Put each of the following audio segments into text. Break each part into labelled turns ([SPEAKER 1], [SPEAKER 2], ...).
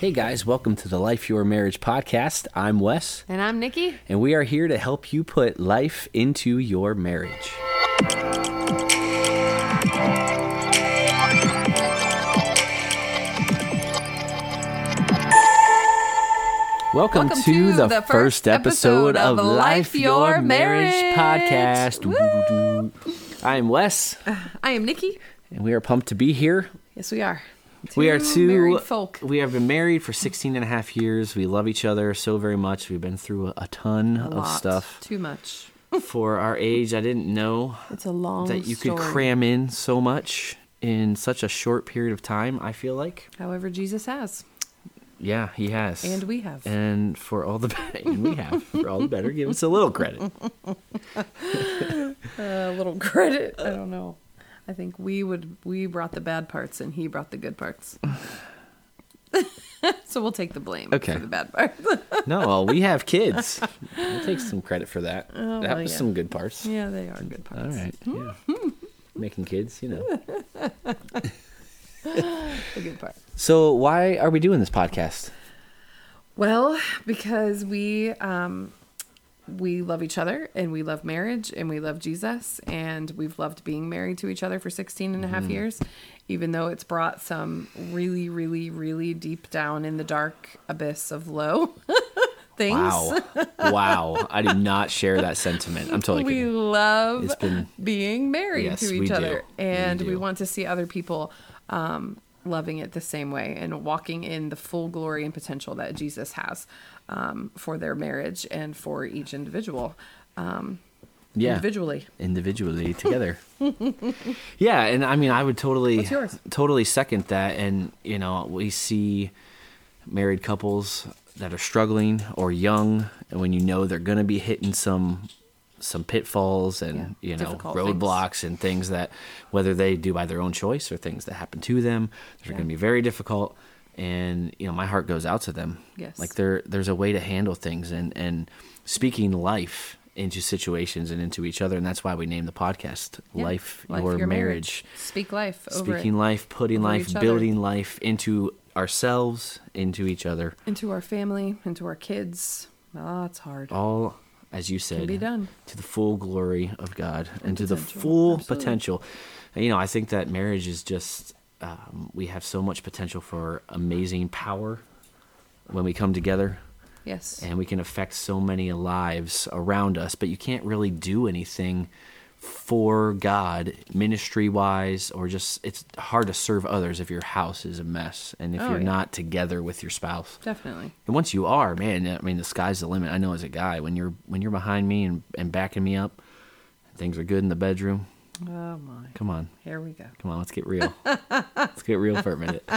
[SPEAKER 1] Hey guys, welcome to the Life Your Marriage podcast. I'm Wes,
[SPEAKER 2] And I'm Nikki.
[SPEAKER 1] and we are here to help you put life into your marriage. Welcome,
[SPEAKER 2] Welcome
[SPEAKER 1] to,
[SPEAKER 2] to
[SPEAKER 1] the,
[SPEAKER 2] the
[SPEAKER 1] first
[SPEAKER 2] first
[SPEAKER 1] episode
[SPEAKER 2] episode
[SPEAKER 1] of
[SPEAKER 2] of
[SPEAKER 1] Life
[SPEAKER 2] Life Your
[SPEAKER 1] Your Marriage,
[SPEAKER 2] Marriage.
[SPEAKER 1] podcast. Doo-doo-doo-doo. I am Wes,
[SPEAKER 2] I am Nikki.
[SPEAKER 1] and we are pumped to be here.
[SPEAKER 2] Yes, we are.
[SPEAKER 1] we are two
[SPEAKER 2] married folk.
[SPEAKER 1] we have been married for 16 and a half years we love each other so very much we've been through a, a ton
[SPEAKER 2] A
[SPEAKER 1] of
[SPEAKER 2] lot.
[SPEAKER 1] stuff
[SPEAKER 2] Too much.
[SPEAKER 1] for our age i didn't know
[SPEAKER 2] It's a long
[SPEAKER 1] that you could
[SPEAKER 2] story.
[SPEAKER 1] cram in so much in such a short period of time i feel like
[SPEAKER 2] However, Jesus has,
[SPEAKER 1] yeah he has
[SPEAKER 2] and we have.
[SPEAKER 1] and for all the better and we have for all the better give us a little credit
[SPEAKER 2] a little credit. I don't know. I think we would we brought the bad parts, and he brought the good parts. so we'll take the blame
[SPEAKER 1] Okay.
[SPEAKER 2] for the bad parts.
[SPEAKER 1] no well we have kids we'll take some credit for that that
[SPEAKER 2] Oh, well,
[SPEAKER 1] was
[SPEAKER 2] yeah.
[SPEAKER 1] some good parts
[SPEAKER 2] yeah, they are good parts.
[SPEAKER 1] all right yeah. making kids you know
[SPEAKER 2] The good part.
[SPEAKER 1] so why are we doing this podcast
[SPEAKER 2] Well, because we um, we love each other and we love marriage and we love Jesus and we've loved being married to each other for 16 and a half years, even though it's brought some really, really, really deep down in the dark abyss of low things.
[SPEAKER 1] Wow. wow. I do not share that sentiment. I'm totally
[SPEAKER 2] We
[SPEAKER 1] kidding.
[SPEAKER 2] love
[SPEAKER 1] It's been-
[SPEAKER 2] being married
[SPEAKER 1] Yes,
[SPEAKER 2] to
[SPEAKER 1] we
[SPEAKER 2] each
[SPEAKER 1] do.
[SPEAKER 2] other,
[SPEAKER 1] We
[SPEAKER 2] and we,
[SPEAKER 1] do.
[SPEAKER 2] want to see other people um, loving it the same way and walking in the full glory and potential that Jesus has um, for their marriage and for each individual
[SPEAKER 1] Yeah.
[SPEAKER 2] individually.
[SPEAKER 1] Individually together. yeah, and I mean I would totally
[SPEAKER 2] What's yours?
[SPEAKER 1] totally second that and you know, we see married couples that are struggling or young and when you know they're going to be hitting some some pitfalls and
[SPEAKER 2] Yeah,
[SPEAKER 1] you know
[SPEAKER 2] difficult
[SPEAKER 1] roadblocks and things that whether they do by their own choice or things that happen to them they're going to be very difficult and you know my heart goes out to them
[SPEAKER 2] Yes.
[SPEAKER 1] like there there's a way to handle things and and speaking life into situations and into each other and that's why we named the podcast
[SPEAKER 2] Yeah.
[SPEAKER 1] life, your, marriage
[SPEAKER 2] Speak life over
[SPEAKER 1] speaking
[SPEAKER 2] it.
[SPEAKER 1] life putting
[SPEAKER 2] Over each
[SPEAKER 1] life
[SPEAKER 2] other.
[SPEAKER 1] building life into ourselves into each other
[SPEAKER 2] into our family, into our kids. Oh, it's hard.
[SPEAKER 1] all as you said
[SPEAKER 2] be done.
[SPEAKER 1] to the full glory of god and, to the
[SPEAKER 2] potential,
[SPEAKER 1] full
[SPEAKER 2] absolutely.
[SPEAKER 1] potential And, you know i think that marriage is just um, we have so much potential for amazing power when we come together
[SPEAKER 2] Yes.
[SPEAKER 1] and we can affect so many lives around us but you can't really do anything for god ministry wise or just it's hard to serve others if your house is a mess and if
[SPEAKER 2] Oh,
[SPEAKER 1] you're
[SPEAKER 2] yeah.
[SPEAKER 1] not together with your spouse
[SPEAKER 2] Definitely.
[SPEAKER 1] and once you are, man, I mean, the sky's the limit. I know as a guy, when you're when you're behind me and, and backing me up, things are good in the bedroom.
[SPEAKER 2] Oh my.
[SPEAKER 1] Come on,
[SPEAKER 2] Here we go.
[SPEAKER 1] come on, let's get real. let's get real for a minute.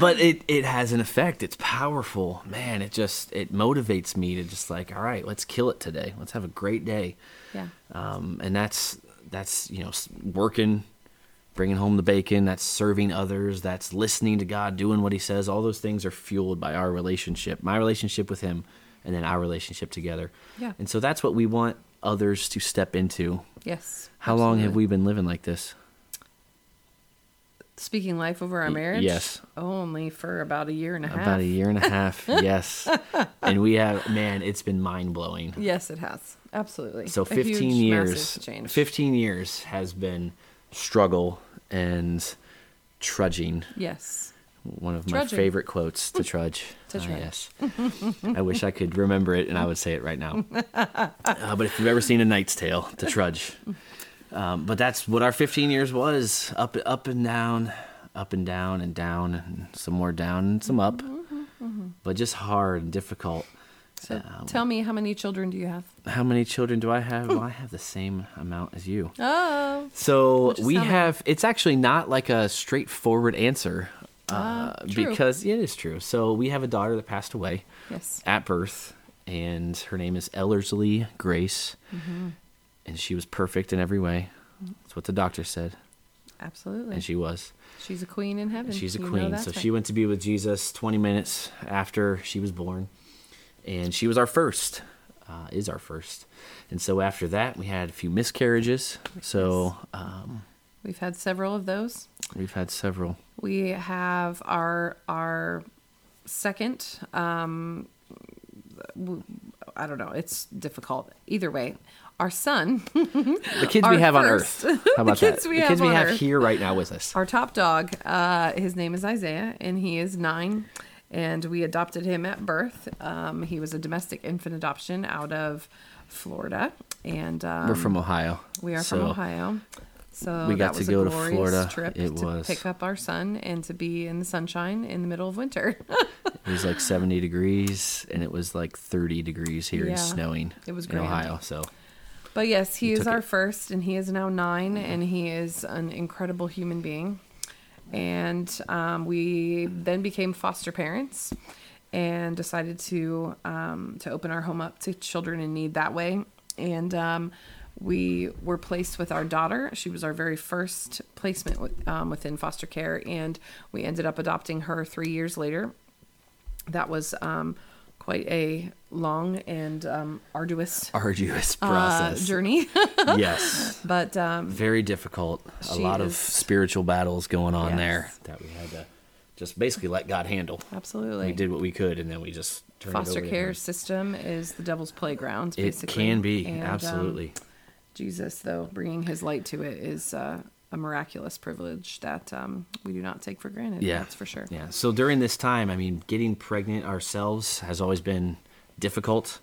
[SPEAKER 1] But it it has an effect. It's powerful, man. It just it motivates me to just like, all right, let's kill it today. Let's have a great day.
[SPEAKER 2] Yeah.
[SPEAKER 1] Um, and that's that's you know s- working, bringing home the bacon. That's serving others. That's listening to God, doing what He says. All those things are fueled by our relationship, my relationship with Him, and then our relationship together.
[SPEAKER 2] Yeah.
[SPEAKER 1] And so that's what we want others to step into.
[SPEAKER 2] Yes.
[SPEAKER 1] How long have
[SPEAKER 2] absolutely.
[SPEAKER 1] we been living like this?
[SPEAKER 2] speaking life over our marriage?
[SPEAKER 1] yes.
[SPEAKER 2] Only for about a year and a half.
[SPEAKER 1] About a year and a half. yes. And we have man, it's been mind blowing.
[SPEAKER 2] Yes, it has. Absolutely.
[SPEAKER 1] So
[SPEAKER 2] A
[SPEAKER 1] 15
[SPEAKER 2] huge,
[SPEAKER 1] years,
[SPEAKER 2] massive Change.
[SPEAKER 1] 15 years has been struggle and trudging.
[SPEAKER 2] Yes.
[SPEAKER 1] One of my
[SPEAKER 2] Trudging.
[SPEAKER 1] favorite quotes to trudge.
[SPEAKER 2] To
[SPEAKER 1] Ah,
[SPEAKER 2] trudge.
[SPEAKER 1] yes. I wish I could remember it and I would say it right now. Uh, but if you've ever seen A Knight's Tale, to trudge. Um, but that's what our 15 years was up, up and down, up and down and down, and some more down and some up. But just hard and difficult.
[SPEAKER 2] So
[SPEAKER 1] Um,
[SPEAKER 2] tell me, how many children do you have?
[SPEAKER 1] How many children do I have? Well, I have the same amount as you.
[SPEAKER 2] Oh,
[SPEAKER 1] So
[SPEAKER 2] Which is
[SPEAKER 1] we
[SPEAKER 2] how many?
[SPEAKER 1] have. It's actually not like a straightforward answer, uh,
[SPEAKER 2] Ah, true.
[SPEAKER 1] because it is true. So we have a daughter that passed away
[SPEAKER 2] yes.
[SPEAKER 1] at birth, and her name is Ellerslie Grace,
[SPEAKER 2] Mm-hmm.
[SPEAKER 1] and she was perfect in every way. That's what the doctor said,
[SPEAKER 2] Absolutely.
[SPEAKER 1] and she was.
[SPEAKER 2] She's a queen in heaven.
[SPEAKER 1] She's a
[SPEAKER 2] You know
[SPEAKER 1] queen.
[SPEAKER 2] that's
[SPEAKER 1] So
[SPEAKER 2] right.
[SPEAKER 1] she went to be with Jesus 20 minutes after she was born. And she was our first, uh, is our first. And so after that, we had a few miscarriages. So um,
[SPEAKER 2] We've had several of those.
[SPEAKER 1] we've had several.
[SPEAKER 2] We have our our second. Um, w- I don't know. It's difficult. Either way, our son,
[SPEAKER 1] The kids
[SPEAKER 2] Our
[SPEAKER 1] we have on
[SPEAKER 2] first.
[SPEAKER 1] Earth. How about
[SPEAKER 2] kids
[SPEAKER 1] that?
[SPEAKER 2] we
[SPEAKER 1] the kids
[SPEAKER 2] have
[SPEAKER 1] we
[SPEAKER 2] on
[SPEAKER 1] have
[SPEAKER 2] Earth.
[SPEAKER 1] here right now with us.
[SPEAKER 2] our top dog, uh, his name is Isaiah, and he is nine. And we adopted him at birth. Um, he was a domestic infant adoption out of Florida, and um,
[SPEAKER 1] We're from Ohio.
[SPEAKER 2] We are
[SPEAKER 1] so
[SPEAKER 2] from Ohio. So
[SPEAKER 1] we got
[SPEAKER 2] that
[SPEAKER 1] to
[SPEAKER 2] was
[SPEAKER 1] go
[SPEAKER 2] a
[SPEAKER 1] to
[SPEAKER 2] glorious
[SPEAKER 1] Florida.
[SPEAKER 2] Trip
[SPEAKER 1] It
[SPEAKER 2] to
[SPEAKER 1] was.
[SPEAKER 2] pick up our son and to be in the sunshine in the middle of winter.
[SPEAKER 1] It was like 70 degrees, and it was like 30 degrees here
[SPEAKER 2] Yeah.
[SPEAKER 1] and snowing.
[SPEAKER 2] It was
[SPEAKER 1] in
[SPEAKER 2] grand.
[SPEAKER 1] Ohio. So
[SPEAKER 2] but yes, he is
[SPEAKER 1] took
[SPEAKER 2] our
[SPEAKER 1] it.
[SPEAKER 2] first, and he is now 9 and he is an incredible human being. And um, we then became foster parents and decided to um, to open our home up to children in need that way. And um, we were placed with our daughter. She was our very first placement with, um, within foster care, and we ended up adopting her three years later. that was um, quite a long and um, arduous
[SPEAKER 1] arduous
[SPEAKER 2] uh,
[SPEAKER 1] process.
[SPEAKER 2] journey.
[SPEAKER 1] yes.
[SPEAKER 2] but um,
[SPEAKER 1] Very difficult. a
[SPEAKER 2] She
[SPEAKER 1] lot of
[SPEAKER 2] is-
[SPEAKER 1] spiritual battles going on there
[SPEAKER 2] Yes.
[SPEAKER 1] that we had to just basically let God handle.
[SPEAKER 2] absolutely,
[SPEAKER 1] We did what we could, and then we just turned
[SPEAKER 2] foster
[SPEAKER 1] it over to
[SPEAKER 2] care
[SPEAKER 1] Him.
[SPEAKER 2] system is the devil's playground.
[SPEAKER 1] It
[SPEAKER 2] Basically.
[SPEAKER 1] can be
[SPEAKER 2] And, um,
[SPEAKER 1] absolutely.
[SPEAKER 2] Jesus, though, bringing His light to it is uh, a miraculous privilege that um, we do not take for granted.
[SPEAKER 1] yeah,
[SPEAKER 2] that's for sure.
[SPEAKER 1] Yeah. So during this time, I mean, getting pregnant ourselves has always been difficult.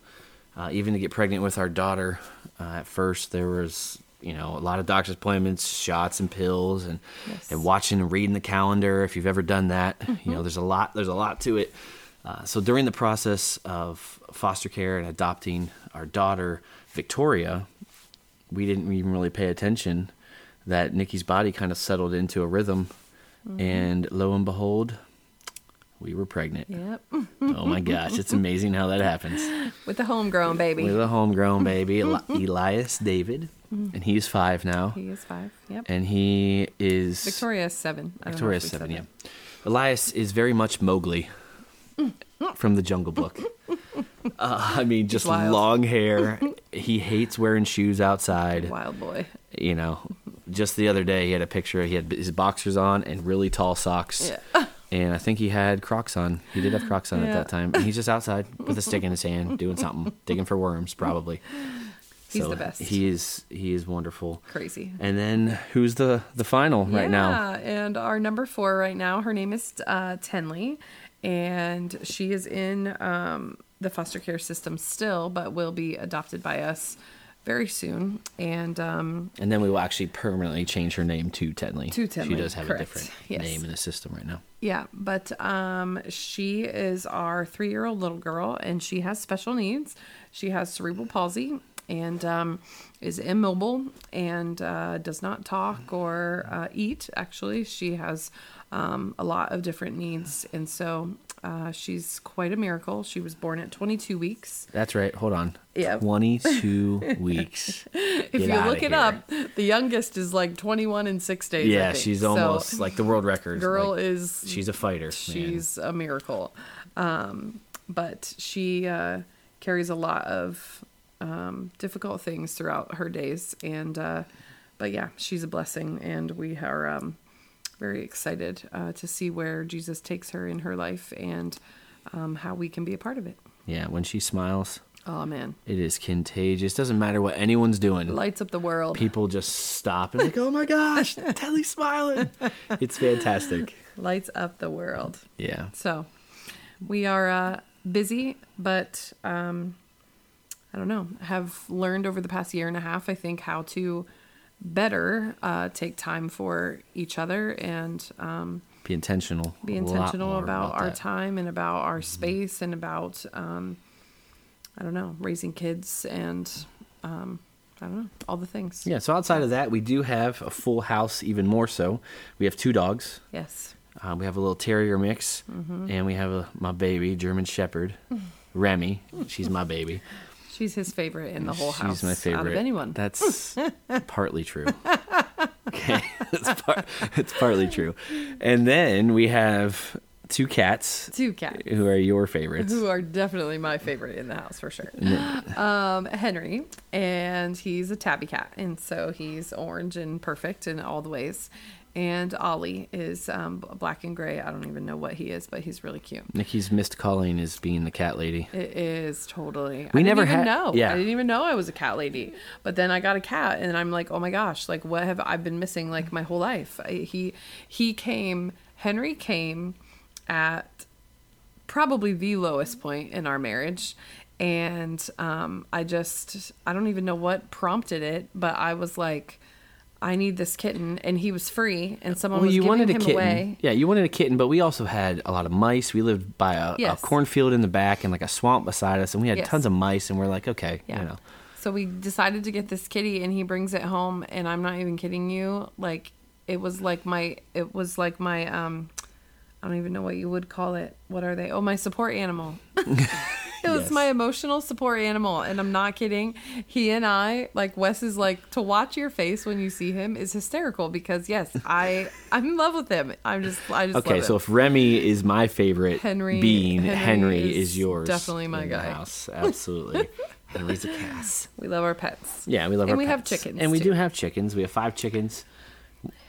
[SPEAKER 1] Uh, even to get pregnant with our daughter, uh, at first there was you know a lot of doctor's appointments, shots and pills, and
[SPEAKER 2] Yes. Mm-hmm.
[SPEAKER 1] and watching and reading the calendar. If you've ever done that, you know there's a lot there's a lot to it. Uh, so during the process of foster care and adopting our daughter Victoria, we didn't even really pay attention that Nikki's body kind of settled into a rhythm.
[SPEAKER 2] Mm-hmm.
[SPEAKER 1] And lo and behold, we were pregnant.
[SPEAKER 2] Yep,
[SPEAKER 1] Oh my gosh, it's amazing how that happens.
[SPEAKER 2] with the homegrown baby.
[SPEAKER 1] With a homegrown baby, Eli- Elias David, and he's five now.
[SPEAKER 2] Mm-hmm. he is five. Yep.
[SPEAKER 1] And he is
[SPEAKER 2] Victoria is seven. I don't know
[SPEAKER 1] Victoria
[SPEAKER 2] if we said
[SPEAKER 1] seven,
[SPEAKER 2] that. Mm-hmm.
[SPEAKER 1] yeah. Elias is very much Mowgli from the Jungle Book. Uh, I mean, just
[SPEAKER 2] wild.
[SPEAKER 1] long hair. He hates wearing shoes outside
[SPEAKER 2] Wild boy.
[SPEAKER 1] you know, just the other day he had a picture. He had his boxers on and really tall socks.
[SPEAKER 2] Yeah.
[SPEAKER 1] And I think he had Crocs on. He did have Crocs on at
[SPEAKER 2] Yeah.
[SPEAKER 1] that time. And he's just outside with a stick in his hand, doing something, digging for worms, probably.
[SPEAKER 2] He's the best.
[SPEAKER 1] He is. He is wonderful.
[SPEAKER 2] Crazy.
[SPEAKER 1] And then who's the the final right now?
[SPEAKER 2] Yeah, and our number four right now, her name is uh, Tenley, and she is in um, the foster care system still, but will be adopted by us very soon. And um,
[SPEAKER 1] And then we will actually permanently change her name to Tenley.
[SPEAKER 2] To
[SPEAKER 1] She
[SPEAKER 2] Tenley,
[SPEAKER 1] does have
[SPEAKER 2] correct.
[SPEAKER 1] a different
[SPEAKER 2] Yes.
[SPEAKER 1] name in the system right now.
[SPEAKER 2] yeah, but um, she is our three year old little girl, and she has special needs. She has cerebral palsy and um, is immobile and uh, does not talk or uh, eat, actually. She has um, a lot of different needs, and so uh, she's quite a miracle. She was born at 22 weeks.
[SPEAKER 1] That's right. Hold on.
[SPEAKER 2] Yeah.
[SPEAKER 1] Twenty-two weeks.
[SPEAKER 2] If you look it up, the youngest is like 21 in six days. I
[SPEAKER 1] Yeah,
[SPEAKER 2] think.
[SPEAKER 1] she's
[SPEAKER 2] So,
[SPEAKER 1] almost like the world record.
[SPEAKER 2] girl
[SPEAKER 1] like,
[SPEAKER 2] is
[SPEAKER 1] she's a fighter. man.
[SPEAKER 2] She's a miracle. Um, but she uh, carries a lot of um, difficult things throughout her days. And, uh, but yeah, she's a blessing. And we are um, very excited uh, to see where Jesus takes her in her life and um, how we can be a part of it.
[SPEAKER 1] yeah. When she smiles,
[SPEAKER 2] Oh, man.
[SPEAKER 1] it is contagious. Doesn't matter what anyone's doing.
[SPEAKER 2] Lights up the world.
[SPEAKER 1] People just stop and like, oh my gosh, Telly's smiling. It's fantastic.
[SPEAKER 2] Lights up the world.
[SPEAKER 1] Yeah.
[SPEAKER 2] So we are uh, busy, but um, I don't know. Have learned over the past year and a half, I think, how to better uh, take time for each other and um,
[SPEAKER 1] Be intentional.
[SPEAKER 2] be
[SPEAKER 1] A lot
[SPEAKER 2] intentional
[SPEAKER 1] more
[SPEAKER 2] about, our
[SPEAKER 1] that. Mm-hmm.
[SPEAKER 2] time and about our space and about um, I don't know raising kids and um, I don't know all the things.
[SPEAKER 1] Yeah. So outside of that, we do have a full house. Even more so, we have two dogs.
[SPEAKER 2] Yes.
[SPEAKER 1] Uh, we have a little terrier mix,
[SPEAKER 2] Mm-hmm.
[SPEAKER 1] and we have a, my baby German Shepherd, Remy. She's my baby.
[SPEAKER 2] She's his favorite in the whole
[SPEAKER 1] She's
[SPEAKER 2] house.
[SPEAKER 1] my favorite.
[SPEAKER 2] Out of anyone.
[SPEAKER 1] That's partly true. Okay, it's, par- it's partly true. And then we have two cats
[SPEAKER 2] Two cats.
[SPEAKER 1] who are your favorites.
[SPEAKER 2] who are definitely my favorite in the house for sure. um, Henry, and he's a tabby cat, and so he's orange and perfect in all the ways. And Ollie is um, b- black and gray. I don't even know what he is, but he's really cute.
[SPEAKER 1] Nikki's missed calling is being the cat lady.
[SPEAKER 2] It is totally.
[SPEAKER 1] We
[SPEAKER 2] I
[SPEAKER 1] never
[SPEAKER 2] didn't even
[SPEAKER 1] had-
[SPEAKER 2] know.
[SPEAKER 1] yeah.
[SPEAKER 2] I didn't even know I was a cat lady. But then I got a cat, and I'm like, oh my gosh, like what have I been missing like my whole life? I, he he came. Henry came at probably the lowest point in our marriage. And um, I just, I don't even know what prompted it, but I was like, I need this kitten. And he was free, and someone
[SPEAKER 1] Well,
[SPEAKER 2] was
[SPEAKER 1] you
[SPEAKER 2] giving
[SPEAKER 1] wanted a
[SPEAKER 2] him
[SPEAKER 1] kitten.
[SPEAKER 2] away.
[SPEAKER 1] Yeah, you wanted a kitten, but we also had a lot of mice. We lived by a,
[SPEAKER 2] Yes.
[SPEAKER 1] a cornfield in the back and like a swamp beside us, and we had
[SPEAKER 2] Yes.
[SPEAKER 1] tons of mice. And we're like, okay,
[SPEAKER 2] Yeah.
[SPEAKER 1] you know,
[SPEAKER 2] So we decided to get this kitty and he brings it home and I'm not even kidding you, like it was like my it was like my um I don't even know what you would call it. What are they? Oh, my support animal. it was
[SPEAKER 1] Yes.
[SPEAKER 2] my emotional support animal and I'm not kidding. He and I, like Wes is like to watch your face when you see him is hysterical because yes, I I'm in love with him. I'm just I just
[SPEAKER 1] okay.
[SPEAKER 2] love
[SPEAKER 1] So
[SPEAKER 2] him.
[SPEAKER 1] if Remy is my favorite
[SPEAKER 2] Henry-
[SPEAKER 1] being,
[SPEAKER 2] Henry
[SPEAKER 1] Henry,
[SPEAKER 2] is
[SPEAKER 1] is, yours.
[SPEAKER 2] definitely my
[SPEAKER 1] in the
[SPEAKER 2] guy.
[SPEAKER 1] House. Absolutely. Henry's a cat.
[SPEAKER 2] we love our pets.
[SPEAKER 1] Yeah, we love
[SPEAKER 2] And
[SPEAKER 1] our
[SPEAKER 2] we have
[SPEAKER 1] pets.
[SPEAKER 2] chickens,
[SPEAKER 1] and we
[SPEAKER 2] too.
[SPEAKER 1] do have chickens. We have five chickens,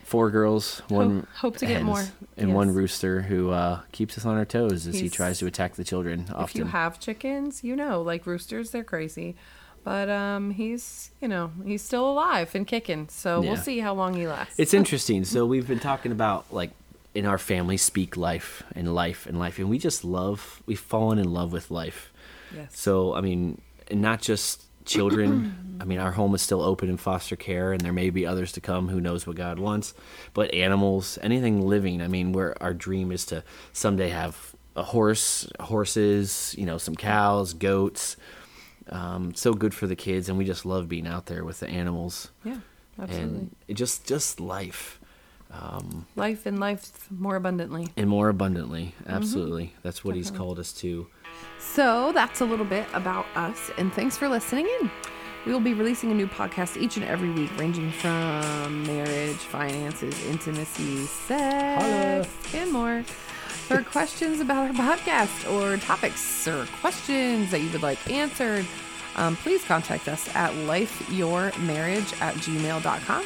[SPEAKER 1] four girls, one
[SPEAKER 2] Hope- hope to get
[SPEAKER 1] hens,
[SPEAKER 2] more.
[SPEAKER 1] and one
[SPEAKER 2] Yes.
[SPEAKER 1] rooster who uh, keeps us on our toes as he
[SPEAKER 2] He's-
[SPEAKER 1] tries to attack the children. Often,
[SPEAKER 2] if you have chickens, you know, like roosters, they're crazy. But um, he's, you know, he's still alive and kicking. So we'll
[SPEAKER 1] Yeah.
[SPEAKER 2] see how long he lasts.
[SPEAKER 1] It's interesting. So we've been talking about like in our family speak life and life and life, and we just love. We've fallen in love with life.
[SPEAKER 2] Yes.
[SPEAKER 1] So I mean, and not just children. I mean, our home is still open in foster care, and there may be others to come. Who knows what God wants? But animals, anything living. I mean, where our dream is to someday have a horse, horses, you know, some cows, goats. Um, so good for the kids, and we just love being out there with the animals
[SPEAKER 2] yeah, absolutely.
[SPEAKER 1] and it just just life um,
[SPEAKER 2] life and life more abundantly.
[SPEAKER 1] and more abundantly absolutely that's what he's called us to
[SPEAKER 2] So that's a little bit about us, and thanks for listening in. We will be releasing a new podcast each and every week, ranging from marriage, finances, intimacy, sex, and more. For questions about our podcast or topics or questions that you would like answered, um, please contact us at lifeyourmarriage at gmail.com.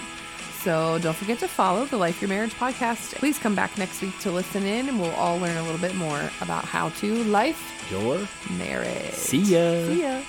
[SPEAKER 2] So don't forget to follow the Life Your Marriage podcast. Please come back next week to listen in and we'll all learn a little bit more about how to life
[SPEAKER 1] your E
[SPEAKER 2] marriage.
[SPEAKER 1] See ya.
[SPEAKER 2] See ya.